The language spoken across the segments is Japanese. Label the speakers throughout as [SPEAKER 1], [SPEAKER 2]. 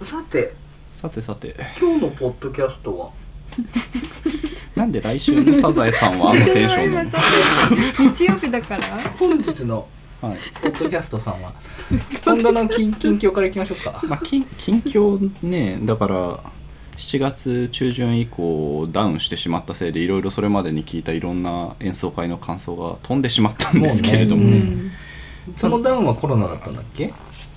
[SPEAKER 1] さて
[SPEAKER 2] さてさて
[SPEAKER 1] 今日のポッドキャストは
[SPEAKER 2] なんで来週のサザエさんはあのテンション な
[SPEAKER 3] 今さ日曜日だから
[SPEAKER 1] 本日の
[SPEAKER 2] の、はい
[SPEAKER 1] ポッドキャストさんは 本田の近近況からいきましょうか
[SPEAKER 2] まあ、近近況ねだから7月中旬以降ダウンしてしまったせいでいろいろそれまでに聞いたいろんな演奏会の感想が飛んでしまったんですけれども
[SPEAKER 1] もうね
[SPEAKER 3] うん
[SPEAKER 1] そのダウンはコロナだったんだっけ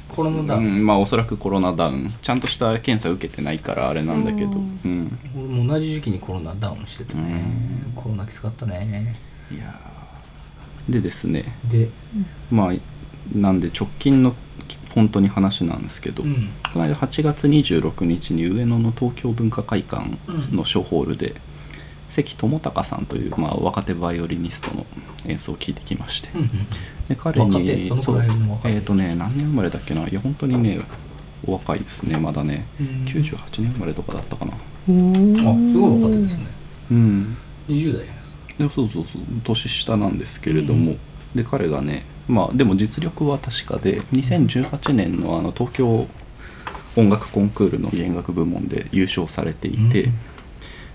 [SPEAKER 1] コロナダウ
[SPEAKER 2] う
[SPEAKER 1] ン、
[SPEAKER 2] んまあおそらくコロナダウンちゃんとした検査受けてないからあれなんだけど、
[SPEAKER 3] うん
[SPEAKER 2] うん、
[SPEAKER 1] 俺も同じ時期にコロナダウンしてたねコロナきつかったね
[SPEAKER 2] いやーでですね
[SPEAKER 1] で
[SPEAKER 2] まあなんで直近の本当に話なんですけど、
[SPEAKER 1] うん
[SPEAKER 2] この間8月26日に上野の東京文化会館のショーホールで、関智隆さんという、まあ、若手バイオリニストの演奏を聴いてきまして、
[SPEAKER 1] うん
[SPEAKER 2] で彼に
[SPEAKER 1] 若手どのくらいの若手
[SPEAKER 2] そうえっ、とね何年生まれだっけないや本当にねお若いですねまだね
[SPEAKER 1] うん
[SPEAKER 2] 98年生まれとかだったかな
[SPEAKER 1] あすごい若手ですね
[SPEAKER 2] うん
[SPEAKER 1] 20代じゃないですか
[SPEAKER 2] いやそうそうそう年下なんですけれども、で彼がねまあでも実力は確かで2018年のあの東京音楽コンクールの弦楽部門で優勝されていて、
[SPEAKER 1] うん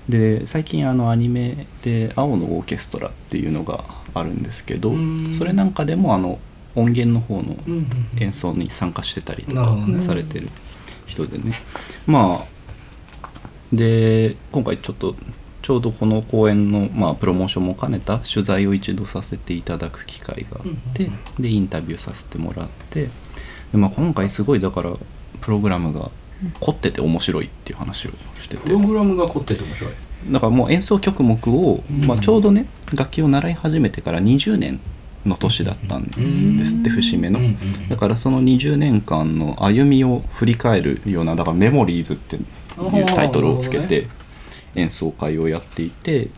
[SPEAKER 2] で最近あのアニメで「青のオーケストラ」っていうのがあるんですけど、
[SPEAKER 1] うん
[SPEAKER 2] それなんかでもあの音源の方の
[SPEAKER 1] うんうんうん
[SPEAKER 2] 演奏に参加してたりと
[SPEAKER 1] なる
[SPEAKER 2] か
[SPEAKER 1] ほどね
[SPEAKER 2] されてる人でねまあで今回ちょっとちょうどこの公演の、まあ、プロモーションも兼ねた取材を一度させていただく機会があって、
[SPEAKER 1] うんうん
[SPEAKER 2] でインタビューさせてもらってで、まあ、今回すごいだからプログラムが凝ってて面白いっていう話をしてて
[SPEAKER 1] プログラムが凝ってて面白い
[SPEAKER 2] だからもう演奏曲目を、
[SPEAKER 1] うん
[SPEAKER 2] まあ、ちょうどね楽器を習い始めてから20年の年だったんですって
[SPEAKER 3] うん
[SPEAKER 2] 節目の。
[SPEAKER 1] うんうん
[SPEAKER 2] だからその20年間の歩みを振り返るようなだから「メモリーズ」っていうタイトルをつけ
[SPEAKER 1] あーなる
[SPEAKER 2] て演奏会をやっていて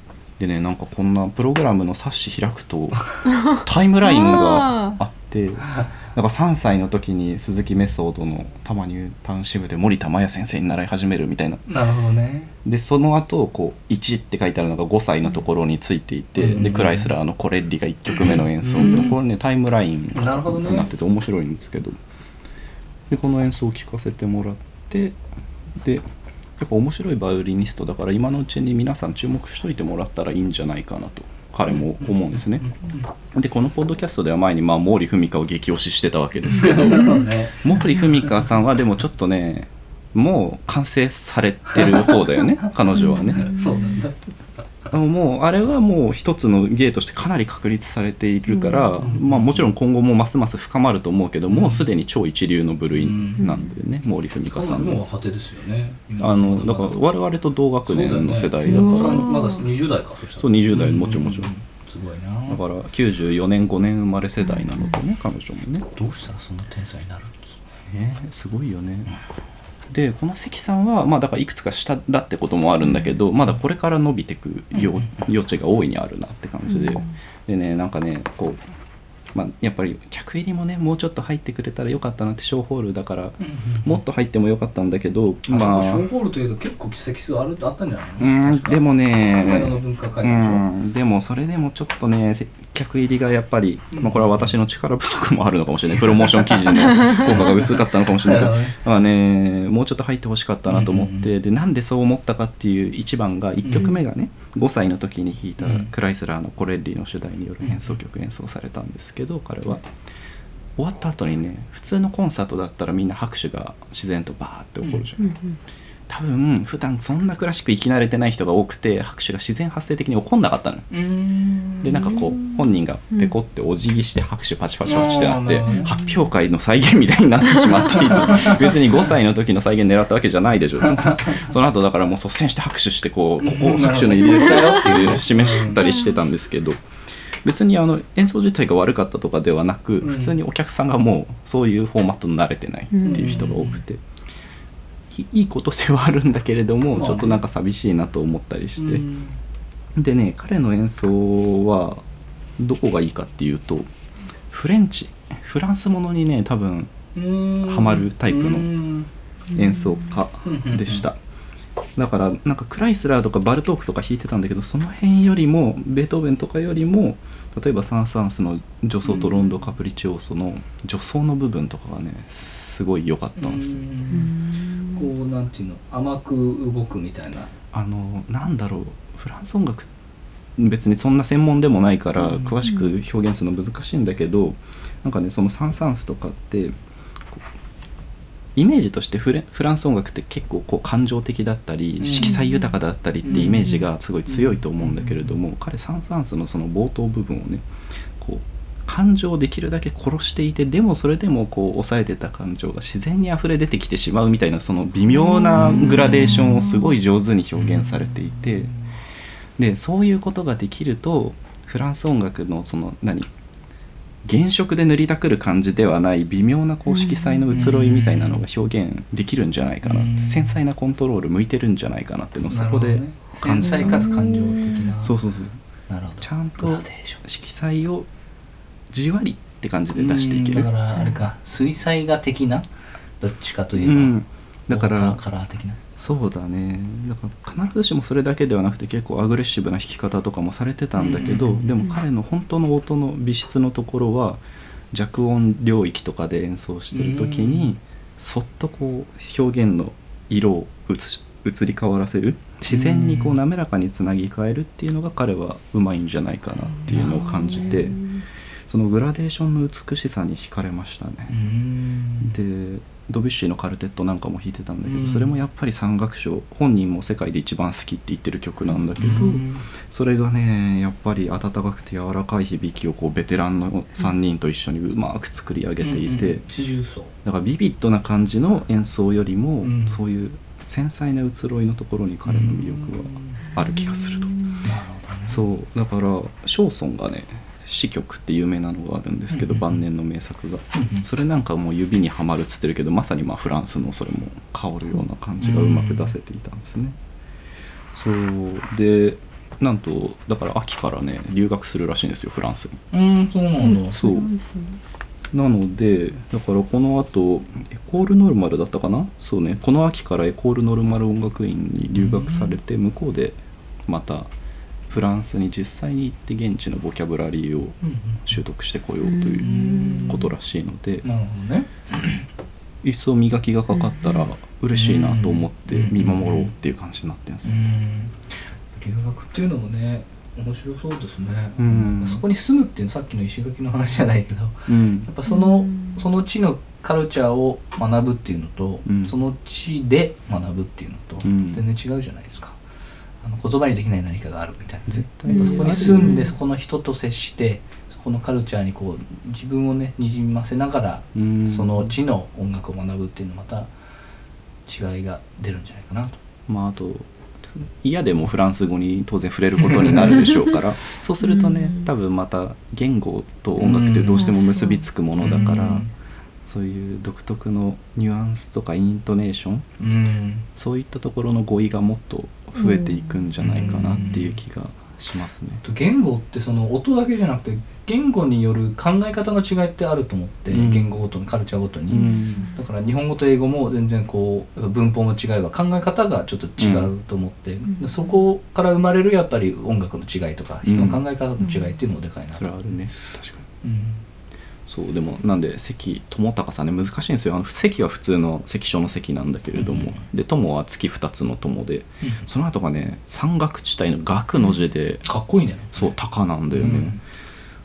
[SPEAKER 2] でねなんかこんなプログラムの冊子開くと タイムラインがあってなんか3歳の時に鈴木メソードの多摩ニュータウン支部で森田真也先生に習い始めるみたいな
[SPEAKER 1] なるほどね
[SPEAKER 2] でその後こう1って書いてあるのが5歳のところについていて、
[SPEAKER 1] うん
[SPEAKER 2] でクライスラーのコレッリが1曲目の演奏で、
[SPEAKER 1] うん
[SPEAKER 2] これねタイムラインに
[SPEAKER 1] なるほどね
[SPEAKER 2] なってて面白いんですけどでこの演奏を聴かせてもらってでやっぱ面白いバイオリニストだから今のうちに皆さん注目しといてもらったらいいんじゃないかなと彼も思うんですね。でこのポッドキャストでは前にまあ毛利文香を激推ししてたわけ ですけど
[SPEAKER 1] なるほどね
[SPEAKER 2] 毛利文香さんはでもちょっとねもう完成されてる方だよね彼女はね
[SPEAKER 1] そうなんだ
[SPEAKER 2] もうあれはもう一つの芸としてかなり確立されているから、
[SPEAKER 1] うん
[SPEAKER 2] まあ、もちろん今後もますます深まると思うけど、もうすでに超一流の部類なんでね、毛利文
[SPEAKER 1] 彼
[SPEAKER 2] 香さ
[SPEAKER 1] 女
[SPEAKER 2] ん
[SPEAKER 1] も
[SPEAKER 2] も
[SPEAKER 1] 若手ですよね
[SPEAKER 2] あのだから我々と同学年の世代だから
[SPEAKER 3] そうだよね
[SPEAKER 1] まだ20代かそしたら
[SPEAKER 2] そう20代もちろんもちろん
[SPEAKER 1] うううすごいな
[SPEAKER 2] だから94年5年生まれ世代なのでね彼女もね。
[SPEAKER 1] どうしたらそんな天才になる
[SPEAKER 2] ねすごいよね。でこの関さんはまあだからいくつか下だってこともあるんだけどまだこれから伸びてくよ
[SPEAKER 1] うん
[SPEAKER 2] 余地が大いにあるなって感じで
[SPEAKER 3] うん
[SPEAKER 2] でねなんかねこう、まあ、やっぱり客入りもねもうちょっと入ってくれたらよかったなって小ホールだからもっと入ってもよかったんだけど
[SPEAKER 1] ま
[SPEAKER 2] ま
[SPEAKER 1] あ
[SPEAKER 2] あ
[SPEAKER 1] そこ小ホールというと結構席数あるあったんじゃないうの
[SPEAKER 2] んでも
[SPEAKER 1] 北海道の
[SPEAKER 2] ね
[SPEAKER 1] 文化会
[SPEAKER 2] う
[SPEAKER 1] でしょ
[SPEAKER 2] んでもそれでもちょっとねせ客入りがやっぱり、まあ、これは私の力不足もあるのかもしれないプロモーション記事の 効果が薄かったのかもしれないけど
[SPEAKER 1] なるほ
[SPEAKER 2] まあねもうちょっと入ってほしかったなと思って、
[SPEAKER 1] うんうんう
[SPEAKER 2] でなんでそう思ったかっていう一番が1曲目がね、5歳の時に弾いた
[SPEAKER 1] うん
[SPEAKER 2] クライスラーのコレッリの主題による演奏曲演奏されたんですけど彼は終わった後にね普通のコンサートだったらみんな拍手が自然とバーって起こるじゃん
[SPEAKER 3] う、ん
[SPEAKER 2] 多分普段そんなクラシック生き慣れてない人が多くて拍手が自然発生的に起こんなかったのよ
[SPEAKER 1] うん
[SPEAKER 2] でなんかこう本人がペコってお辞儀して拍手パチパチパチってなって発表会の再現みたいになってしまっていて別に5歳の時の再現狙ったわけじゃないでしょ その後だからもう率先して拍手してこうここ拍手の入りですよっていう示したりしてたんですけど別にあの演奏自体が悪かったとかではなく
[SPEAKER 1] うん
[SPEAKER 2] 普通にお客さんがもうそういうフォーマットに慣れてないっていう人が多くて。いいいことではあるんだけれども、
[SPEAKER 1] まあね
[SPEAKER 2] ちょっとなんか寂しいなと思ったりして、
[SPEAKER 1] うん
[SPEAKER 2] でね彼の演奏はどこがいいかっていうとフレンチフランスものにね多分
[SPEAKER 1] うん
[SPEAKER 2] ハマるタイプの
[SPEAKER 1] うん
[SPEAKER 2] 演奏家でした、だからなんかクライスラーとかバルトークとか弾いてたんだけどその辺よりもベートーベンとかよりも例えばサン・サーンスの女装とロンド・カプリチオーソの女装の部分とかがねすごい良かったんですよ、
[SPEAKER 1] うんこうなんていうの甘く動くみたいな
[SPEAKER 2] あのなんだろうフランス音楽別にそんな専門でもないから
[SPEAKER 1] うん
[SPEAKER 2] 詳しく表現するの難しいんだけど、なんかねそのサン・サンスとかってこうイメージとしてフレフランス音楽って結構こう感情的だったり、
[SPEAKER 1] うん
[SPEAKER 2] 色彩豊かだったりってイメージがすごい強いと思うんだけれども、彼サン・サンスのその冒頭部分をねこう感情をできるだけ殺していてでもそれでもこう抑えてた感情が自然に溢れ出てきてしまうみたいなその微妙なグラデーションをすごい上手に表現されていてでそういうことができるとフランス音楽のその何原色で塗りたくる感じではない微妙なこう色彩の移ろいみたいなのが表現できるんじゃないかな
[SPEAKER 1] うん
[SPEAKER 2] 繊細なコントロール向いてるんじゃないかなっていうのをそ
[SPEAKER 1] な
[SPEAKER 2] こ
[SPEAKER 1] る
[SPEAKER 2] で
[SPEAKER 1] ほどね
[SPEAKER 2] 感
[SPEAKER 1] 繊
[SPEAKER 2] じた
[SPEAKER 1] 細かつ感情的な
[SPEAKER 2] そうそうそう
[SPEAKER 1] なるほど
[SPEAKER 2] ちゃんと
[SPEAKER 1] グラデーション
[SPEAKER 2] 色彩をじわりって感じで出していけ
[SPEAKER 1] う
[SPEAKER 2] る
[SPEAKER 1] んだからあれか水彩画的などっちかといえ
[SPEAKER 2] う
[SPEAKER 1] ば、
[SPEAKER 2] ん、だか
[SPEAKER 1] ウォー
[SPEAKER 2] ら
[SPEAKER 1] ターカラー的な
[SPEAKER 2] そうだねだから必ずしもそれだけではなくて結構アグレッシブな弾き方とかもされてたんだけど、
[SPEAKER 1] うんうんうん
[SPEAKER 2] でも彼の本当の音の美質のところは弱音領域とかで演奏してる時に、
[SPEAKER 1] うん
[SPEAKER 2] そっとこう表現の色を移し移り変わらせる自然にこう
[SPEAKER 1] うん
[SPEAKER 2] 滑らかにつなぎ替えるっていうのが彼はうまいんじゃないかなっていうのを感じて、そのグラデーションの美しさに惹かれましたね。
[SPEAKER 1] うーん
[SPEAKER 2] でドビュッシーのカルテットなんかも弾いてたんだけど、
[SPEAKER 1] うん
[SPEAKER 2] それもやっぱり三楽章本人も世界で一番好きって言ってる曲なんだけど、
[SPEAKER 1] うん
[SPEAKER 2] それがねやっぱり温かくて柔らかい響きをこうベテランの3人と一緒にうまく作り上げていて、
[SPEAKER 1] うんうん四重奏
[SPEAKER 2] だからビビッドな感じの演奏よりも、
[SPEAKER 1] うん
[SPEAKER 2] そういう繊細な移ろいのところに彼の魅力
[SPEAKER 1] うん
[SPEAKER 2] はある気がすると。
[SPEAKER 1] なるほどね
[SPEAKER 2] そうだからショーソンがね詩曲って有名なのがあるんですけど、
[SPEAKER 1] うんうん
[SPEAKER 2] 晩年の名作が、
[SPEAKER 1] うんうん
[SPEAKER 2] それなんかもう指にはまるっつってるけどまさにまあフランスのそれも香るような感じがうまく出せていたんですね、そうでなんとだから秋からね留学するらしいんですよフランスに
[SPEAKER 1] うんそうなんだ
[SPEAKER 2] そうなのでだからこのあとエコールノルマルだったかなそうねこの秋からエコールノルマル音楽院に留学されて、向こうでまたフランスに実際に行って現地のボキャブラリーを
[SPEAKER 1] うんうん
[SPEAKER 2] 習得してこようということらしいので、
[SPEAKER 1] なるほどね
[SPEAKER 2] 一層磨きがかかったら嬉しいなと思って
[SPEAKER 1] うん
[SPEAKER 2] 見守ろうっていう感じになってるんです
[SPEAKER 1] う
[SPEAKER 2] よ、
[SPEAKER 1] ん留学っていうのもね面白そうですね、
[SPEAKER 2] うん
[SPEAKER 1] そこに住むっていうのさっきの石垣の話じゃないけどや
[SPEAKER 2] うん
[SPEAKER 1] っぱその、
[SPEAKER 3] うん
[SPEAKER 1] その地のカルチャーを学ぶっていうのと、
[SPEAKER 2] うん
[SPEAKER 1] その地で学ぶっていうのと、
[SPEAKER 2] うん
[SPEAKER 1] 全然違うじゃないですかあの言葉にできない何かがあるみたいな
[SPEAKER 2] 絶対
[SPEAKER 1] やっぱそこに住んで
[SPEAKER 2] うん
[SPEAKER 1] そこの人と接してそこのカルチャーにこう自分をねにじませながら
[SPEAKER 2] うん
[SPEAKER 1] その地の音楽を学ぶっていうのはまた違いが出るんじゃないかなと。
[SPEAKER 2] まああと嫌でもフランス語に当然触れることになるでしょうから そうするとね
[SPEAKER 3] うん
[SPEAKER 2] 多分また言語と音楽ってどうしても結びつくものだから、そういう独特のニュアンスとかイントネーション
[SPEAKER 1] うん、うん
[SPEAKER 2] そういったところの語彙がもっと増えていくんじゃないかなっていう気がしますね。
[SPEAKER 1] と言語ってその音だけじゃなくて言語による考え方の違いってあると思って、
[SPEAKER 2] うん
[SPEAKER 1] 言語ごとにカルチャーごとに、
[SPEAKER 2] うん
[SPEAKER 1] だから日本語と英語も全然こうやっぱ文法も違えば考え方がちょっと違うと思って、
[SPEAKER 3] うん
[SPEAKER 1] そこから生まれるやっぱり音楽の違いとか
[SPEAKER 2] うん
[SPEAKER 1] 人の考え方の違いっていうのもでかいな
[SPEAKER 2] そ
[SPEAKER 1] と、
[SPEAKER 2] れはあるね確かに
[SPEAKER 1] うん
[SPEAKER 2] そうでもなんで関友高さんね難しいんですよあの関は普通の関所の関なんだけれども、で友は月2つの友でその後がね山岳地帯の岳の字で、
[SPEAKER 1] かっこいいね
[SPEAKER 2] そう高なんだよ
[SPEAKER 1] う
[SPEAKER 2] ね
[SPEAKER 1] ん、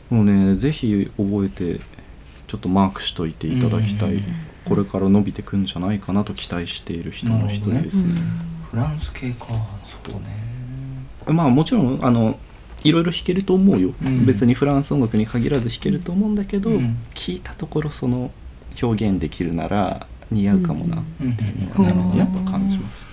[SPEAKER 2] もうねぜひ覚えてちょっとマークしといていただきたい、
[SPEAKER 1] うん
[SPEAKER 2] これから伸びてくんじゃないかなと期待している人の一人ですね
[SPEAKER 1] フランス系かそうね
[SPEAKER 2] まあもちろんあのいろいろ弾けると思うよ、
[SPEAKER 1] うん
[SPEAKER 2] 別にフランス音楽に限らず弾けると思うんだけど、
[SPEAKER 1] うん
[SPEAKER 2] 聞いたところその表現できるなら似合うかもなっていう
[SPEAKER 1] うん
[SPEAKER 2] のはね、
[SPEAKER 1] うん
[SPEAKER 2] やっぱ感じます、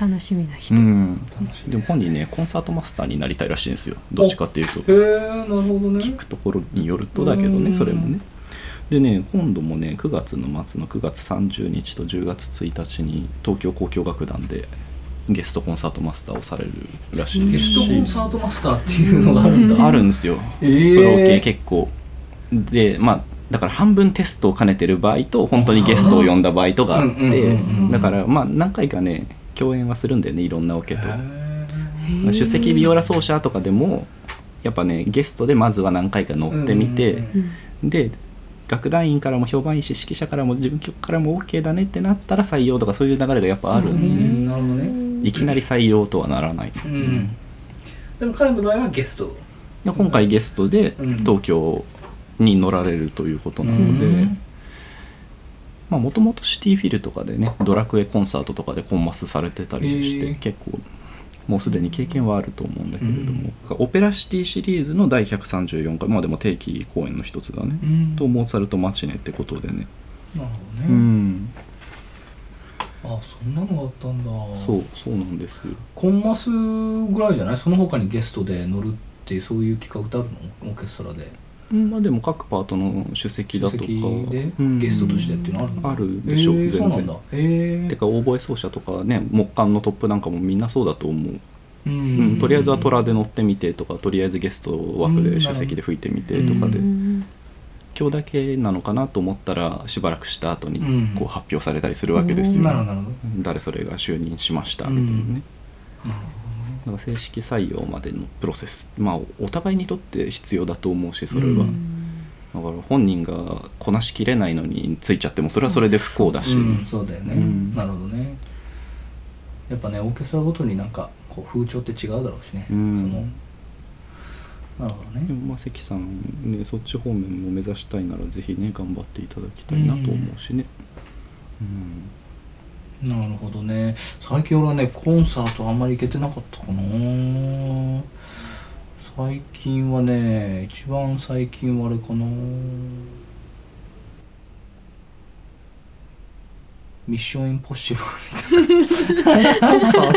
[SPEAKER 3] 楽しみな人
[SPEAKER 2] う。ん、
[SPEAKER 1] 楽しい
[SPEAKER 2] でも本人ねコンサートマスターになりたいらしいんですよどっちかっていうと
[SPEAKER 1] へえなるほどね
[SPEAKER 2] 聞くところによるとだけどね
[SPEAKER 1] うん
[SPEAKER 2] それもねでね今度もね9月の末の9月30日と10月1日に東京交響楽団でゲストコンサートマスターをされるらしい
[SPEAKER 1] ゲ
[SPEAKER 2] です
[SPEAKER 1] ス
[SPEAKER 2] し
[SPEAKER 1] トコンサートマスターっていうのがあるんだ、
[SPEAKER 2] あるんですよ
[SPEAKER 1] えー
[SPEAKER 2] プロ系結構でまあだから半分テストを兼ねてる場合と本当にゲストを呼んだ場合とがあ
[SPEAKER 1] う
[SPEAKER 2] っ
[SPEAKER 1] んうんうん
[SPEAKER 2] て
[SPEAKER 1] うんうん
[SPEAKER 2] だからまあ何回かね共演はするんだよねいろんなオケと
[SPEAKER 1] へ。ー
[SPEAKER 2] まあ首席ビオラ奏者とかでもやっぱねゲストでまずは何回か乗ってみて、
[SPEAKER 1] うんうん
[SPEAKER 3] うん
[SPEAKER 2] で楽団員からも評判いいし指揮者からも自分曲からも OK だねってなったら採用とかそういう流れがやっぱある
[SPEAKER 1] うん
[SPEAKER 2] で、
[SPEAKER 1] んなるほどね
[SPEAKER 2] いきなり採用とはならない、
[SPEAKER 1] う
[SPEAKER 2] い
[SPEAKER 1] んでも彼の場合はゲスト
[SPEAKER 2] や今回ゲストで
[SPEAKER 1] うん
[SPEAKER 2] 東京に乗られるということなので、
[SPEAKER 1] うん
[SPEAKER 2] まあもともとシティフィルとかでねドラクエコンサートとかでコンマスされてたりして、
[SPEAKER 1] へー
[SPEAKER 2] 結構もうすでに経験はあると思うんだけれども
[SPEAKER 1] うん、
[SPEAKER 2] オペラシティシリーズの第134回まあでも定期公演の一つだね、
[SPEAKER 1] うん
[SPEAKER 2] とモーツァルト・マチネってことでね、
[SPEAKER 1] なるほ
[SPEAKER 2] う
[SPEAKER 1] どね
[SPEAKER 2] ん、
[SPEAKER 1] あそんなのがあったんだ
[SPEAKER 2] そうそうなんです
[SPEAKER 1] コンマスぐらいじゃないその他にゲストで乗るっていうそういう企画ってあるのオーケストラで
[SPEAKER 2] うんまあでも各パートの出席だとか
[SPEAKER 1] 出席で
[SPEAKER 2] うん
[SPEAKER 1] ゲストとしてっていうのあるの
[SPEAKER 2] あるでしょ
[SPEAKER 1] へえそう
[SPEAKER 2] 全
[SPEAKER 1] なんだ
[SPEAKER 2] 然
[SPEAKER 1] へえ
[SPEAKER 2] てかオーボエ奏者とかね木管のトップなんかもみんなそうだと思う、
[SPEAKER 1] う
[SPEAKER 2] うん
[SPEAKER 1] ん
[SPEAKER 2] とりあえずは虎で乗ってみてとかとりあえずゲスト枠で出席で吹いてみてとかで、
[SPEAKER 1] う
[SPEAKER 2] 今日だけなのかなと思ったらしばらくした後に
[SPEAKER 1] うん
[SPEAKER 2] こう発表されたりするわけです
[SPEAKER 3] うん
[SPEAKER 2] よ、
[SPEAKER 1] なるほどなるほど
[SPEAKER 2] 誰それが就任しましたみたいなね、
[SPEAKER 1] うんなる
[SPEAKER 2] だから正式採用までのプロセスまあお互いにとって必要だと思うしそれは、
[SPEAKER 1] うん
[SPEAKER 2] だから本人がこなしきれないのについちゃってもそれはそれで不幸だ
[SPEAKER 1] ほ
[SPEAKER 2] し、
[SPEAKER 1] どねうんそうだよね、
[SPEAKER 2] うん
[SPEAKER 1] なるほどねやっぱねオーケストラごとになんかこう風潮って違うだろうしね、
[SPEAKER 2] うん
[SPEAKER 1] そのなるほど
[SPEAKER 2] で
[SPEAKER 1] ね
[SPEAKER 2] もまあ関さん、ね、そっち方面も目指したいならぜひね頑張っていただきたいなと思うしね、うん
[SPEAKER 1] なるほどね最近俺はねコンサートあんまり行けてなかったかな最近はね一番最近はあれかなミッションインポッシブ
[SPEAKER 2] コンサート あ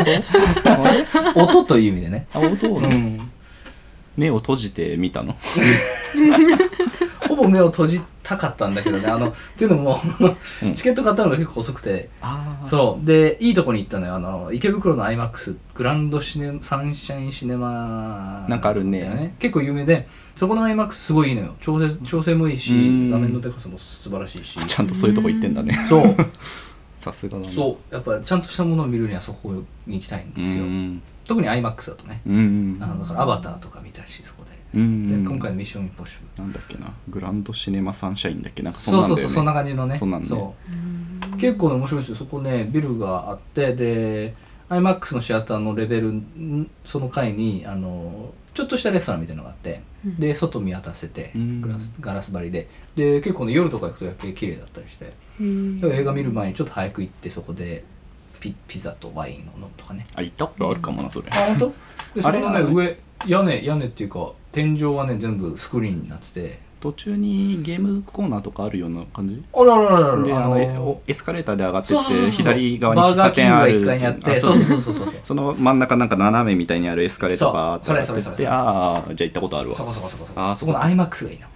[SPEAKER 2] れ
[SPEAKER 1] ル音という意味でね
[SPEAKER 2] あ音を
[SPEAKER 1] う
[SPEAKER 2] ね、
[SPEAKER 1] ん
[SPEAKER 2] 目を閉じて見たの
[SPEAKER 1] ほぼ目を閉じたかったんだけどねあのっていうのも
[SPEAKER 2] うん
[SPEAKER 1] チケット買ったのが結構遅くて
[SPEAKER 2] あう
[SPEAKER 1] そうでいいとこに行ったのよあの池袋の IMAX グランドシネサンシャインシネマ
[SPEAKER 2] なんかあるね
[SPEAKER 1] みたいな結構有名でそこの IMAX すごいいいのよ調整調整もいいし
[SPEAKER 2] うん
[SPEAKER 1] 画面のデカさも素晴らしいし
[SPEAKER 2] ちゃんとそういうとこ行ってんだね
[SPEAKER 1] そう
[SPEAKER 2] さすがだね
[SPEAKER 1] そうやっぱちゃんとしたものを見るにはそこに行きたいんですよ
[SPEAKER 2] ん
[SPEAKER 1] 特に IMAX だとね
[SPEAKER 2] うんうん
[SPEAKER 1] あのだからアバターとか見たしそこで
[SPEAKER 2] うん
[SPEAKER 1] で今回の「ミッションインポッシブル
[SPEAKER 2] なんだっけなグランドシネマサンシャインだっけなん」かそん
[SPEAKER 1] そう
[SPEAKER 2] なんだ
[SPEAKER 1] そう
[SPEAKER 2] よ
[SPEAKER 1] そ
[SPEAKER 2] ね
[SPEAKER 1] うそんな感じのね
[SPEAKER 2] そんなんね
[SPEAKER 1] 結構ね面白いですよそこねビルがあってで iMAX のシアターのレベルんその階にあのちょっとしたレストランみたいなのがあってで外見渡せて
[SPEAKER 2] うん
[SPEAKER 1] グラスガラス張りでで結構ね夜とか行くと夜景綺麗だったりしてだから映画見る前にちょっと早く行ってそこでピピザとワインを飲むとかね
[SPEAKER 2] あ行ったことあるかもなそれ
[SPEAKER 1] あ本当でそ
[SPEAKER 2] あれ
[SPEAKER 1] のね
[SPEAKER 2] あれ
[SPEAKER 1] 上屋根屋根っていうか天井はね全部スクリーンになってて
[SPEAKER 2] 途中にゲームコーナーとかあるような感じ
[SPEAKER 1] あららららら
[SPEAKER 2] であの
[SPEAKER 1] ー
[SPEAKER 2] えおエスカレーターで上がって
[SPEAKER 1] そう
[SPEAKER 2] っ
[SPEAKER 1] そうそう
[SPEAKER 2] て
[SPEAKER 1] そう
[SPEAKER 2] 左側に喫
[SPEAKER 1] バーガ
[SPEAKER 2] 茶
[SPEAKER 1] ーキン
[SPEAKER 2] 店
[SPEAKER 1] グ
[SPEAKER 2] あ
[SPEAKER 1] が
[SPEAKER 2] る
[SPEAKER 1] 1階にあって
[SPEAKER 2] あ
[SPEAKER 1] そ
[SPEAKER 2] そうう
[SPEAKER 1] そうそうそうそう
[SPEAKER 2] その真ん中なんか斜めみたいにあるエスカレーターが
[SPEAKER 1] そう
[SPEAKER 2] バーッと上が
[SPEAKER 1] そ
[SPEAKER 2] っ
[SPEAKER 1] れ
[SPEAKER 2] て
[SPEAKER 1] それそ
[SPEAKER 2] て
[SPEAKER 1] れそれ
[SPEAKER 2] ああじゃあ行ったことあるわ
[SPEAKER 1] そこそこそこそこ
[SPEAKER 2] あー
[SPEAKER 1] そこの IMAX がいいの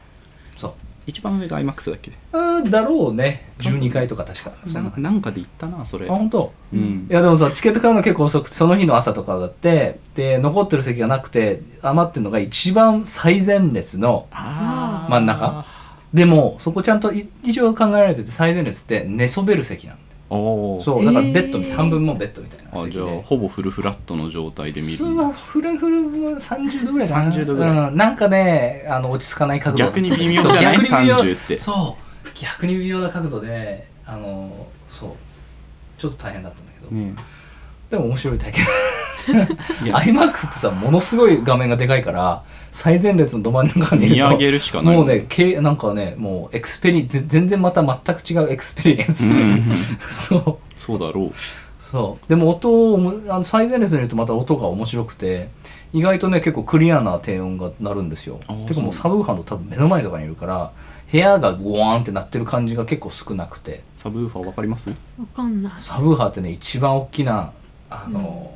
[SPEAKER 1] そう
[SPEAKER 2] 一番上が IMAX だっけ
[SPEAKER 1] あーだろうね12回とか確かそ
[SPEAKER 2] なん
[SPEAKER 1] な感じ
[SPEAKER 2] んなんかで行ったなそれ
[SPEAKER 1] あ本当
[SPEAKER 2] うん
[SPEAKER 1] いやでもさチケット買うの結構遅くてその日の朝とかだってで残ってる席がなくて余ってるのが一番最前列の
[SPEAKER 2] あー
[SPEAKER 1] 真ん中でもそこちゃんとい一応考えられてて最前列って寝そべる席なんだよ
[SPEAKER 2] おお
[SPEAKER 1] そうだからベッドみたい、
[SPEAKER 3] へー
[SPEAKER 1] 半分もベッドみたいな
[SPEAKER 2] あ
[SPEAKER 1] 席
[SPEAKER 2] じゃあ
[SPEAKER 1] で
[SPEAKER 2] ほぼフルフラットの状態で見
[SPEAKER 1] 普通
[SPEAKER 2] る
[SPEAKER 1] はフルフル30度ぐらいかな
[SPEAKER 2] 30度ぐらい
[SPEAKER 1] うん、なんかねあの落ち着かない角度だった
[SPEAKER 2] 逆に微妙じゃない
[SPEAKER 1] そう逆に微妙
[SPEAKER 2] 30って
[SPEAKER 1] そう逆に微妙な角度であのそうちょっと大変だったんだけど、
[SPEAKER 2] ね
[SPEAKER 1] でも面白い体験
[SPEAKER 2] えいや
[SPEAKER 1] IMAX ってさものすごい画面がでかいから最前列のど真ん中にいる
[SPEAKER 2] 見
[SPEAKER 1] と
[SPEAKER 2] 上げるしかない
[SPEAKER 1] もうねけなんかねもうエクスペリぜ全然また全く違うエクスペリエン
[SPEAKER 2] うんうんうん
[SPEAKER 1] ス そう
[SPEAKER 2] そうだろう
[SPEAKER 1] そうでも音をもあの最前列にいるとまた音が面白くて意外とね結構クリアな低音が鳴るんですよ
[SPEAKER 2] あー
[SPEAKER 1] てかもう
[SPEAKER 2] そ
[SPEAKER 1] サブウーハンの多分目の前とかにいるから部屋がゴワーンって鳴ってる感じが結構少なくて
[SPEAKER 2] サブウーファーわかります
[SPEAKER 3] わかんない。
[SPEAKER 1] サブウーハーってね一番大きなあの、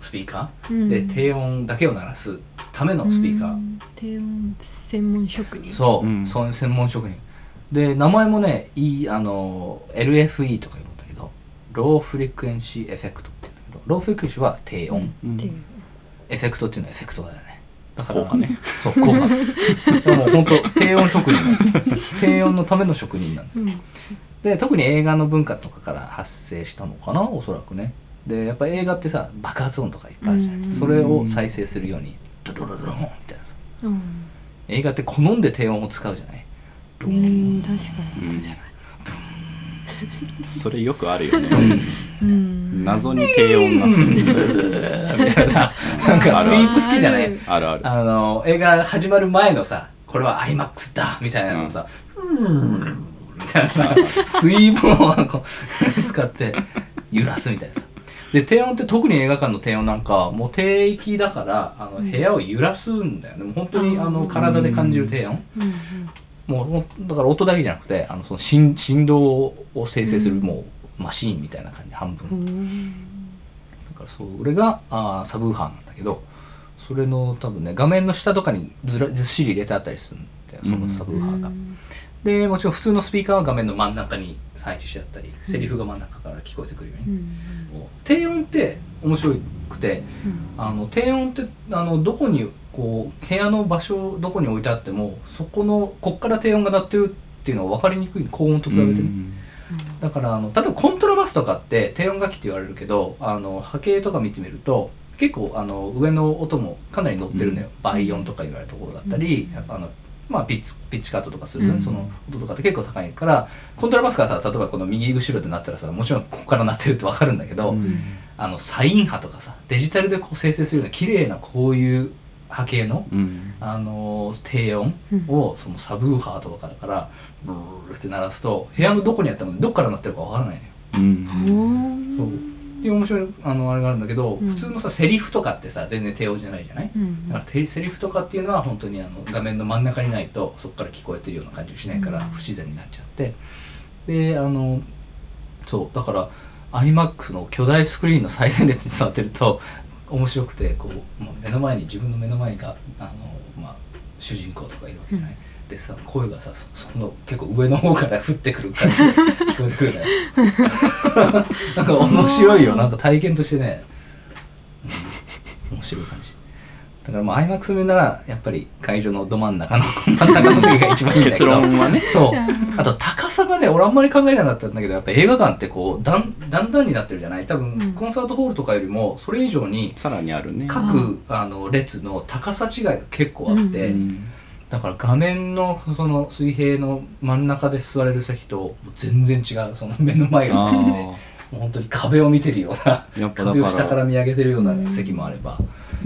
[SPEAKER 1] スピーカーで低音だけを鳴らすためのスピーカー、
[SPEAKER 3] ー。低音専門職人。
[SPEAKER 1] そう、
[SPEAKER 2] うん
[SPEAKER 1] そういう専門職人で名前もねいいあの LFE とか呼ぶんだけどローフリクエンシーエフェクトって言うんだけどローフリクエンシーは低音、
[SPEAKER 2] うん
[SPEAKER 3] っていう。
[SPEAKER 1] エフェクトっていうのはエフェクトだよねだから
[SPEAKER 2] 効果ね
[SPEAKER 1] そう効果で も本当低音職人なんですよ低音のための職人なんです
[SPEAKER 3] うん。
[SPEAKER 1] で特に映画の文化とかから発生したのかなおそらくねでやっぱ映画ってさ爆発音とかいっぱいあるじゃな
[SPEAKER 3] う
[SPEAKER 1] い
[SPEAKER 3] ん
[SPEAKER 1] それを再生するようにドドロドロンみたいなさ
[SPEAKER 3] うん。
[SPEAKER 1] 映画って好んで低音を使うじゃないド
[SPEAKER 3] う
[SPEAKER 1] ン
[SPEAKER 3] ん確かに
[SPEAKER 2] うん
[SPEAKER 3] 確か
[SPEAKER 2] それよくあるよね
[SPEAKER 3] にうん
[SPEAKER 2] 謎に低音なってる
[SPEAKER 1] みたいなさなんかスイープ好きじゃない
[SPEAKER 3] ある
[SPEAKER 2] あるある
[SPEAKER 1] あの映画始まる前のさこれは IMAX だみたいなやつもさ、うん、みたいなさスイープをなんか 使って揺らすみたいなさで低音って特に映画館の低音なんかもう低域だからあの
[SPEAKER 3] うん
[SPEAKER 1] 部屋を揺らすんだよねもう本当に
[SPEAKER 3] あー
[SPEAKER 1] あの体で感じる低音
[SPEAKER 3] うんうん
[SPEAKER 1] もうほんだから音だけじゃなくてあのその振振動を生成する
[SPEAKER 3] うん
[SPEAKER 1] もうマシーンみたいな感じ半分
[SPEAKER 3] うん
[SPEAKER 1] だからそれがあーサブウーハーなんだけどそれの多分ね画面の下とかにずらずっしり入れてあったりするんだよそのサブウーハーが。でもちろん普通のスピーカーは画面の真ん中に配置してあったりセリフが真ん中から聞こえてくるよう
[SPEAKER 3] う
[SPEAKER 1] に。
[SPEAKER 3] ん
[SPEAKER 1] 低音って面白くて
[SPEAKER 3] うん
[SPEAKER 1] あの低音ってあのどこにこう部屋の場所をどこに置いてあってもそこのこっから低音が鳴ってるっていうのは分かりにくい高音と比べてね。だからあの例えばコントラバスとかって低音楽器って言われるけどあの波形とか見てみると結構あの上の音もかなり乗ってるのよ、倍音とか言われるところだったり、あのまあ、ピッチピッチカットとかするとね、
[SPEAKER 3] うん
[SPEAKER 1] その音とかって結構高いからコントラバスがさ例えばこの右後ろで鳴ったらさもちろんここから鳴ってるってわかるんだけど、
[SPEAKER 2] うん
[SPEAKER 1] あのサイン波とかさデジタルでこう生成するような綺麗なこういう波形の
[SPEAKER 2] うん
[SPEAKER 1] あの低音
[SPEAKER 3] うん
[SPEAKER 1] をそのサブウーハーとかだからブーって鳴らすと部屋のどこにあったのどっから鳴ってるかわからないのよ。
[SPEAKER 2] うん
[SPEAKER 3] うん
[SPEAKER 1] そうっていう面白いあのあれがあるんだけど、
[SPEAKER 3] うん
[SPEAKER 1] 普通のさセリフとかってさ全然低音じゃないじゃない
[SPEAKER 3] うん
[SPEAKER 1] だからてセリフとかっていうのは本当にあの画面の真ん中にないとそこから聞こえてるような感じがしないから
[SPEAKER 3] うん
[SPEAKER 1] 不自然になっちゃってであのそうだから iMac の巨大スクリーンの最前列に座ってると面白くてこう、まあ、目の前に自分の目の前にがあの、まあ、主人公とかいるわけじゃない、でさ声がさそその結構上の方から降ってくる感じで聞こえてくるね なんか面白いよなんか体験としてね、うん面白い感じだからまあ iMAX 見るならやっぱり会場のど真ん中の真ん中の席が一番いいんだけど
[SPEAKER 2] 結論はね
[SPEAKER 1] そう
[SPEAKER 3] うん
[SPEAKER 1] あと高さがね俺あんまり考えなかったんだけどやっぱ映画館ってこうだんだんだんになってるじゃない多
[SPEAKER 3] うん
[SPEAKER 1] 分コンサートホールとかよりもそれ以上に
[SPEAKER 2] さらにあるね
[SPEAKER 1] 各あの列の高さ違いが結構あって、
[SPEAKER 2] うん
[SPEAKER 1] だから画面のその水平の真ん中で座れる席ともう全然違うその目の前が
[SPEAKER 2] あ
[SPEAKER 1] 見えててもう本当に壁を見てるような
[SPEAKER 2] ーやっぱ
[SPEAKER 1] 壁を
[SPEAKER 2] だ
[SPEAKER 1] 下
[SPEAKER 2] か
[SPEAKER 1] から
[SPEAKER 2] ら
[SPEAKER 1] 見上げてるような席もあれば、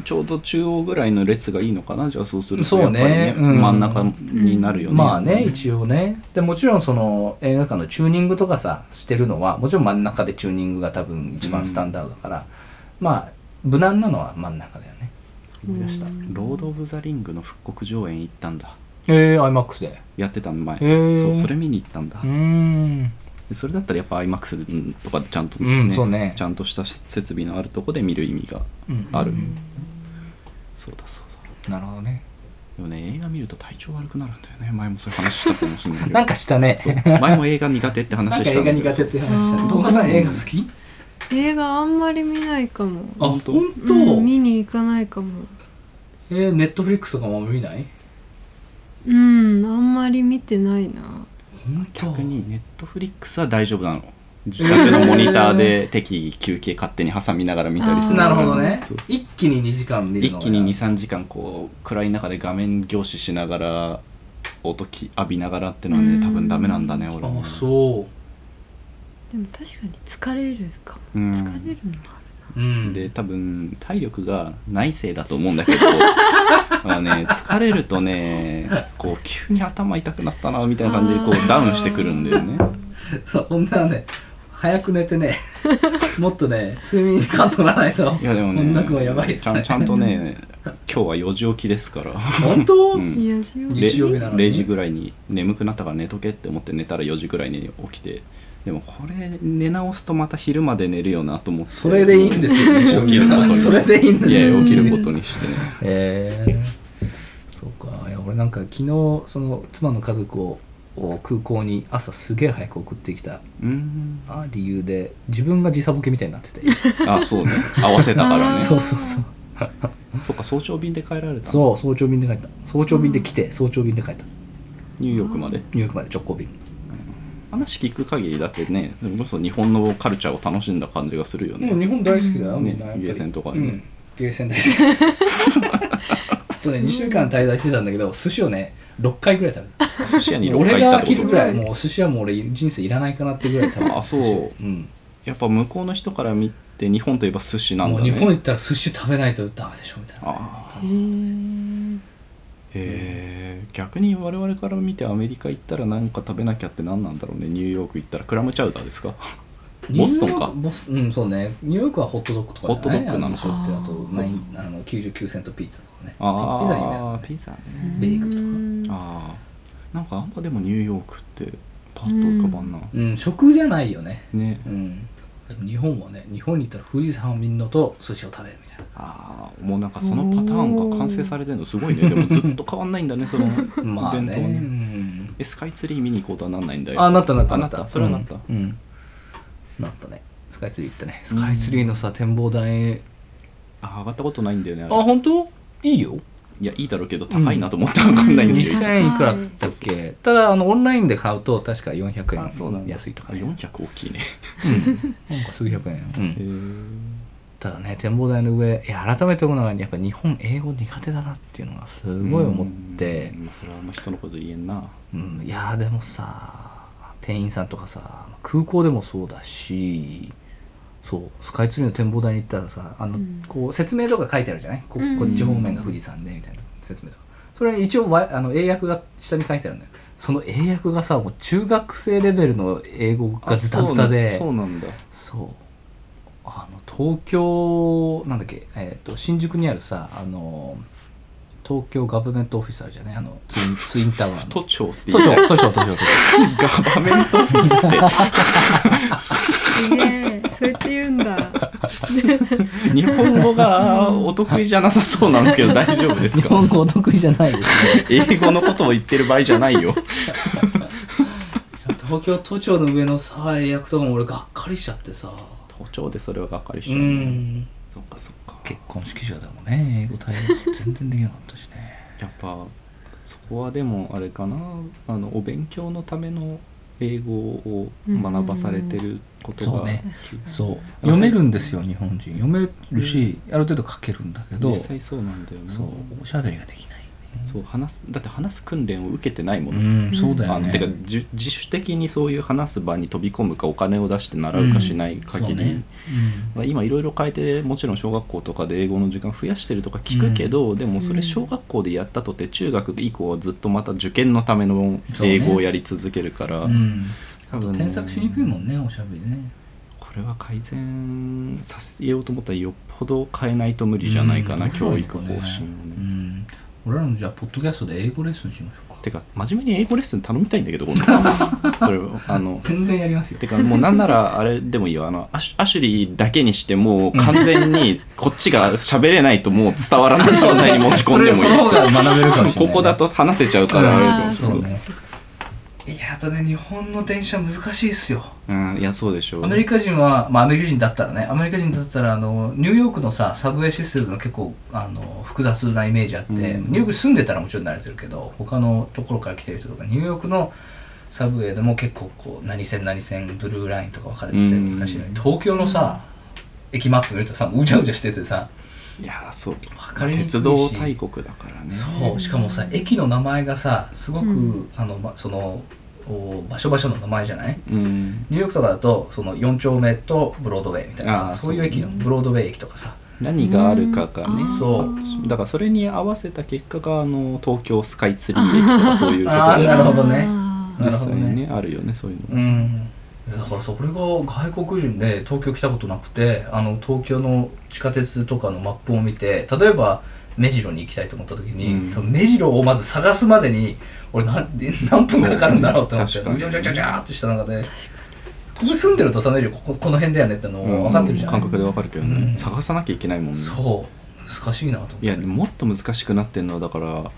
[SPEAKER 2] ちょうど中央ぐらいの列がいいのかなじゃあそうすると
[SPEAKER 1] そ
[SPEAKER 2] や
[SPEAKER 1] う
[SPEAKER 2] っぱ
[SPEAKER 1] ね
[SPEAKER 2] りね
[SPEAKER 1] うん
[SPEAKER 2] 真ん中になるよね
[SPEAKER 1] まあね一応ねでもちろんその映画館のチューニングとかさしてるのはもちろん真ん中でチューニングが多分一番スタンダードだから、まあ無難なのは真ん中だよね
[SPEAKER 2] 思い出した
[SPEAKER 3] うん
[SPEAKER 2] ロード・オブ・ザ・リングの復刻上演行ったんだ
[SPEAKER 1] ええ iMAX で
[SPEAKER 2] やってたの前
[SPEAKER 1] へー
[SPEAKER 2] そうそれ見に行ったんだ
[SPEAKER 1] うーん
[SPEAKER 2] でそれだったらやっぱ IMAX とかでちゃんと、
[SPEAKER 1] うんそうね
[SPEAKER 2] ちゃんとした設備のあるとこで見る意味が
[SPEAKER 1] うん
[SPEAKER 2] ある、
[SPEAKER 3] うん
[SPEAKER 2] そうだそうだ
[SPEAKER 1] なるほどね
[SPEAKER 2] でもね映画見ると体調悪くなるんだよね前もそういう話したかもしれないけど
[SPEAKER 1] なんかしたね
[SPEAKER 2] そう前も映画苦手って話したんだけど
[SPEAKER 1] て
[SPEAKER 3] 話したね
[SPEAKER 1] 動画さん映画好き
[SPEAKER 3] 映画あんまり見ないかも
[SPEAKER 1] あ
[SPEAKER 2] 本当
[SPEAKER 1] 本当、
[SPEAKER 3] うん見に行かないかも
[SPEAKER 1] えー、ネットフリックスとかも見ない
[SPEAKER 3] うんあんまり見てないな
[SPEAKER 1] 本
[SPEAKER 2] 逆にネットフリックスは大丈夫なの自宅のモニターで適宜休憩勝手に挟みながら見たりする
[SPEAKER 1] なるほどね
[SPEAKER 2] そうそう
[SPEAKER 1] 一気に2時間見る
[SPEAKER 2] 一
[SPEAKER 1] のが
[SPEAKER 2] 気に23時間こう暗い中で画面凝視しながら音き浴びながらってのは
[SPEAKER 3] う
[SPEAKER 2] ね
[SPEAKER 3] ん
[SPEAKER 2] 多分ダメなんだね俺も
[SPEAKER 1] あそ
[SPEAKER 3] でも確かに疲れるかも、
[SPEAKER 2] うん
[SPEAKER 3] 疲れるのあ
[SPEAKER 1] ううん
[SPEAKER 2] で多分体力が内省だと思うんだけ どあのね疲れるとねこう急に頭痛くなったなみたいな感じでこ
[SPEAKER 3] あー
[SPEAKER 2] うダウンしてくるんだよね
[SPEAKER 1] そう女はね早く寝て ねもっとね睡眠時間取らないと
[SPEAKER 2] いやでもね
[SPEAKER 1] 女の子はやばいっ
[SPEAKER 2] ち
[SPEAKER 1] す
[SPEAKER 2] ゃ
[SPEAKER 1] ね
[SPEAKER 2] んちゃんとね今日は4時起きですから
[SPEAKER 1] 本当、
[SPEAKER 2] う
[SPEAKER 3] る
[SPEAKER 2] ん
[SPEAKER 3] いやそう
[SPEAKER 1] 日曜日なのに
[SPEAKER 2] 0時ぐらいに眠くなったから寝とけって思って寝たら4時ぐらいに起きてでもこれ寝直すとまた昼まで寝るよなと思って
[SPEAKER 1] それでいいんですよ
[SPEAKER 2] 起きること に
[SPEAKER 1] それでいいんです
[SPEAKER 2] い
[SPEAKER 1] よ
[SPEAKER 2] や起きることにしてね
[SPEAKER 1] えー、そうかいや俺なんか昨日その妻の家族をを空港に朝すげえ早く送ってきた
[SPEAKER 2] うん
[SPEAKER 1] あ理由で自分が時差ボケみたいになってて
[SPEAKER 2] あそうね合わせた からね
[SPEAKER 3] あー
[SPEAKER 1] そうそうそう
[SPEAKER 2] そうか早朝便で帰られたの
[SPEAKER 1] そう早朝便で帰った早朝便で来て早朝便で帰った
[SPEAKER 2] ニューヨークまで
[SPEAKER 1] ニューヨークまで直行便
[SPEAKER 2] 話聞く限りだってねそれこそ日本のカルチャーを楽しんだ感じがするよね
[SPEAKER 1] 本大好きだよ
[SPEAKER 2] ねみんなやっぱりゲーセンとかねうん
[SPEAKER 1] ゲーセン大好きとね2週間滞在してたんだけど寿司をね6回ぐらい食べた
[SPEAKER 2] 寿司屋に6
[SPEAKER 1] 俺
[SPEAKER 2] 回行っ
[SPEAKER 1] が
[SPEAKER 2] た
[SPEAKER 1] 飽
[SPEAKER 2] って
[SPEAKER 1] き
[SPEAKER 2] こ
[SPEAKER 1] る
[SPEAKER 2] と
[SPEAKER 1] ぐらいもう寿司はもう俺人生いらないかなってぐらい食べた
[SPEAKER 2] あそう
[SPEAKER 1] 寿司をうん
[SPEAKER 2] やっぱ向こうの人から見て日本といえば寿司なん
[SPEAKER 1] も
[SPEAKER 2] だ
[SPEAKER 1] う
[SPEAKER 2] ね
[SPEAKER 1] 日本行ったら寿司食べないとダメでしょみたいな
[SPEAKER 2] ああ
[SPEAKER 3] へー
[SPEAKER 2] へえ逆に我々から見てアメリカ行ったら何か食べなきゃって何なんだろうねニューヨーク行ったらクラムチャウダ ーですかボストンか
[SPEAKER 1] ニューヨークボスうんそうねニューヨークはホットドッグとかじゃない
[SPEAKER 2] ホットドッグなのか
[SPEAKER 1] あのあと
[SPEAKER 3] あー
[SPEAKER 1] ナインあの99セントピッツァとかね
[SPEAKER 2] ああ
[SPEAKER 1] ピザにね
[SPEAKER 2] ピザね
[SPEAKER 1] ベーグルとか
[SPEAKER 3] うん
[SPEAKER 2] ああなんかあんまでもニューヨークってパッと浮かばんな、
[SPEAKER 1] うん食じゃないよね
[SPEAKER 2] ね
[SPEAKER 1] うんでも日本はね日本に行ったら富士山を見るのと寿司を食べるみたいな
[SPEAKER 2] ああもうなんかそのパターンが完成されてるのすごいねでもずっと変わんないんだねそ の
[SPEAKER 1] まあ
[SPEAKER 2] 伝
[SPEAKER 1] ね、
[SPEAKER 2] 統
[SPEAKER 1] う
[SPEAKER 2] ね
[SPEAKER 1] ん
[SPEAKER 2] えスカイツリー見に行こうとはなんないんだよ
[SPEAKER 1] あなったなった
[SPEAKER 2] あなったそれはなった
[SPEAKER 1] うん、うんなったねスカイツリー行ったねスカイツリーのさ展望台
[SPEAKER 2] あ上がったことないんだよねあれ
[SPEAKER 1] 本当いいよ
[SPEAKER 2] いやいいだろうけど高いなと思ったら分かんないんですよ、
[SPEAKER 1] 2000いくらだったっけただあのオンラインで買うと確か
[SPEAKER 2] あそう
[SPEAKER 1] 400
[SPEAKER 2] なん
[SPEAKER 1] 円
[SPEAKER 2] だ
[SPEAKER 1] 安いとかね
[SPEAKER 2] 400大きいね
[SPEAKER 1] うんなんか数百円、うん、ただね展望台の上いや改めて思うのはやっぱ日本英語苦手だなっていうのがす
[SPEAKER 2] す
[SPEAKER 1] ごい思って、
[SPEAKER 2] まあ、それはあんま人のこと言えんな
[SPEAKER 1] うん、いやーでもさ店員さんとかさ空港でもそうだしそうスカイツリーの展望台に行ったらさあの、
[SPEAKER 3] うん
[SPEAKER 1] こう説明とか書いてあるじゃないこ
[SPEAKER 3] うん
[SPEAKER 1] こっち方面が富士山でみたいな説明とかそれに一応わあの英訳が下に書いてあるんだよその英訳がさもう中学生レベルの英語がズタズタで
[SPEAKER 2] そうなんだ
[SPEAKER 1] そうあの東京なんだっけ、えー、と新宿にあるさあの東京ガブメントオフィスあるじゃないあのツインツインタワーの
[SPEAKER 2] 都庁って
[SPEAKER 1] 都
[SPEAKER 2] 言
[SPEAKER 1] 庁
[SPEAKER 2] ったら
[SPEAKER 1] 都庁都庁都庁
[SPEAKER 2] ガバメントピースです
[SPEAKER 3] げえそうやって言うんだ
[SPEAKER 2] て日本語がお得意じゃなさそうなんですけど大丈夫です
[SPEAKER 1] 日
[SPEAKER 2] か
[SPEAKER 1] 本語お得意じゃないですね
[SPEAKER 2] 英語のことを言ってる場合じゃないよ
[SPEAKER 1] 東京都庁の上のさ英訳とかも俺がっかりしちゃってさ
[SPEAKER 2] 都庁でそれはがっかりし
[SPEAKER 1] う
[SPEAKER 2] ちゃう、
[SPEAKER 1] ん
[SPEAKER 2] そっかそっか
[SPEAKER 1] 結婚式場でもね英語対応全然できなかったし ね
[SPEAKER 2] やっぱそこはでもあれかなあのお勉強のための英語を学ばされてること
[SPEAKER 1] うんそう
[SPEAKER 2] が、
[SPEAKER 1] ね
[SPEAKER 2] き
[SPEAKER 1] そう読めるんですよ日本人読めるし、ある程度書けるんだけど
[SPEAKER 2] 実
[SPEAKER 1] そ
[SPEAKER 2] 際そうなんだよね
[SPEAKER 1] うおしゃべりができない、
[SPEAKER 2] そう話すだって話す訓練を受けてないも
[SPEAKER 1] う
[SPEAKER 2] の、
[SPEAKER 1] んそうだよ
[SPEAKER 2] あの
[SPEAKER 1] ね
[SPEAKER 2] てか自自主的にそういう話す場に飛び込むかお金を出して習うかしない限り、
[SPEAKER 1] うんそうね
[SPEAKER 2] まあ今いろいろ変えてもちろん小学校とかで英語の時間増やしてるとか聞くけど、でもそれ小学校でやったとて中学以降はずっとまた受験のための英語をやり続けるから、
[SPEAKER 1] うんうん
[SPEAKER 2] 多
[SPEAKER 1] あと
[SPEAKER 2] 分ね
[SPEAKER 1] 添削しにくいもんねおしゃべりね
[SPEAKER 2] これは改善させようと思ったらよっぽど変えないと無理じゃないかな、
[SPEAKER 1] うん
[SPEAKER 2] 教育方針をね。
[SPEAKER 1] うん俺らのじゃあポッドキャストで英語レッスンしましょうか
[SPEAKER 2] てか真面目に英語レッスン頼みたいんだけど今度 それをあの
[SPEAKER 1] 全然やりますよ
[SPEAKER 2] てかもうなん ならあれでもいいよあのアシュアシュリーだけにしてもう完全にこっちが喋れないともう伝わらない状態に持ち込んでもいい
[SPEAKER 1] それその方が学べるかもしれないね
[SPEAKER 2] ここだと話せちゃうからあれ
[SPEAKER 3] あー
[SPEAKER 2] だけど
[SPEAKER 1] そうねいやあとね日本の電車難しいっすよ
[SPEAKER 2] うんいやそうでしょう
[SPEAKER 1] アメリカ人は、まあ、アメリカ人だったらねアメリカ人だったらあのニューヨークのさサブウェイシステムが結構あの複雑なイメージあって、
[SPEAKER 2] うん
[SPEAKER 1] ニューヨーク住んでたらもちろん慣れてるけど他のところから来てる人とかニューヨークのサブウェイでも結構こう何線何線ブルーラインとか分かれてて難しいのに、
[SPEAKER 2] うん
[SPEAKER 1] 東京のさ駅マップ見るとさもううじゃうじゃしててさ
[SPEAKER 2] いやそう
[SPEAKER 1] わかりにくいし
[SPEAKER 2] 鉄道大国だからね
[SPEAKER 1] そうしかもさ駅の名前がさすごく、
[SPEAKER 3] うん
[SPEAKER 1] あのまそのお場所場所の名前じゃない
[SPEAKER 2] うん
[SPEAKER 1] ニューヨークとかだとその4丁目とブロードウェイみたいな
[SPEAKER 2] あー
[SPEAKER 1] さそういう駅のブロードウェイ駅とかさ
[SPEAKER 2] 何があるかがね
[SPEAKER 3] うんあ
[SPEAKER 1] そう
[SPEAKER 2] だからそれに合わせた結果があの東京スカイツリー駅とかそういうことで
[SPEAKER 1] あーなるほどね
[SPEAKER 3] あ
[SPEAKER 2] 実
[SPEAKER 1] なるほ
[SPEAKER 2] 際
[SPEAKER 1] ど
[SPEAKER 2] に
[SPEAKER 1] ね
[SPEAKER 2] ねあるよねそういう
[SPEAKER 1] う
[SPEAKER 2] の、
[SPEAKER 1] んいやだからそれが外国人で東京来たことなくてあの東京の地下鉄とかのマップを見て例えば目白に行きたいと思った時に、
[SPEAKER 2] うん
[SPEAKER 1] 多分目白をまず探すまでに俺何何分かかるんだろうと思って
[SPEAKER 2] そうう確かに
[SPEAKER 1] じゃうじゃうじゃうじゃーってした中でここ住んでるとさ目白こここの辺だよねっての
[SPEAKER 2] うん
[SPEAKER 1] 分かってるじゃん、
[SPEAKER 2] 感覚でわかるけどね、
[SPEAKER 1] うん
[SPEAKER 2] 探さなきゃいけないもんね
[SPEAKER 1] そう難しいなと思って
[SPEAKER 2] いやもっと難しくなってんのはだから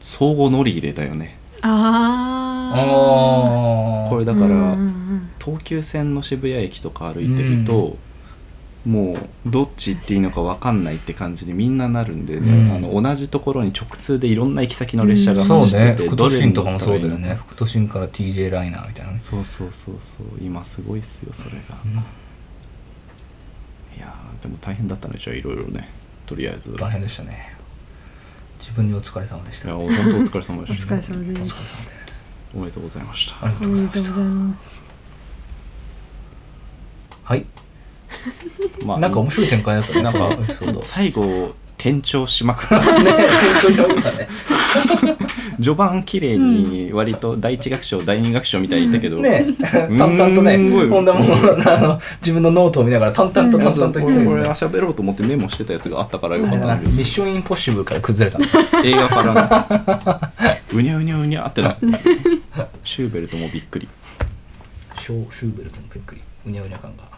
[SPEAKER 2] 総合乗り入れだよね
[SPEAKER 1] あ
[SPEAKER 3] あ
[SPEAKER 1] あ
[SPEAKER 2] これだから、
[SPEAKER 3] うんうん
[SPEAKER 2] 東急線の渋谷駅とか歩いてると、もうどっち行っていいのか分かんないって感じにみんななるんでね、
[SPEAKER 1] うん
[SPEAKER 2] あの同じ同じところに直通でいろんな行き先の列車が走ってて、どれに乗ったらいいの
[SPEAKER 1] 副都心から TJ ライナーみたいなね
[SPEAKER 2] そうそうそうそう今すごいっすよそれが、いやーでも大変だったねじゃあいろいろねとりあえず
[SPEAKER 1] 大変でしたね自分にお疲れ様でし
[SPEAKER 2] い
[SPEAKER 1] た
[SPEAKER 2] や
[SPEAKER 1] お
[SPEAKER 2] 本当お疲れ様で
[SPEAKER 3] お
[SPEAKER 2] した
[SPEAKER 3] 疲れ様
[SPEAKER 1] 疲
[SPEAKER 3] で
[SPEAKER 1] れ様です
[SPEAKER 3] す
[SPEAKER 2] おめでとうございました
[SPEAKER 1] ありが
[SPEAKER 3] お
[SPEAKER 1] とうござ
[SPEAKER 3] め
[SPEAKER 1] いま
[SPEAKER 3] でと
[SPEAKER 1] した
[SPEAKER 3] うございます
[SPEAKER 1] はい
[SPEAKER 2] まあ
[SPEAKER 1] なんか面白い展開だったね
[SPEAKER 2] なんか
[SPEAKER 1] エピソード
[SPEAKER 2] 最後転調しまくった
[SPEAKER 1] ねえ緊張したね
[SPEAKER 2] 序盤綺麗に割と第一楽章第二楽章みたいにいったけど、
[SPEAKER 1] ねえ淡々とね
[SPEAKER 2] すんごい
[SPEAKER 1] 本田もあの自分のノートを見ながら淡々と
[SPEAKER 2] いや
[SPEAKER 1] 淡
[SPEAKER 2] そう
[SPEAKER 1] 々
[SPEAKER 2] ことれ
[SPEAKER 1] 言ってた
[SPEAKER 2] こ
[SPEAKER 1] よ
[SPEAKER 2] れ
[SPEAKER 1] ね
[SPEAKER 2] は喋ろうと思ってメモしてたやつがあったからよ
[SPEAKER 1] あ
[SPEAKER 2] かっ
[SPEAKER 1] れだ
[SPEAKER 2] た
[SPEAKER 1] なん
[SPEAKER 2] だ
[SPEAKER 1] ミッションインポッシブルから崩れたの
[SPEAKER 2] けど映画からなうにゃうにゃうにゃってなってシューベルトもびっくり
[SPEAKER 1] ショーシューベルトのびっくりうにゃうにゃ感が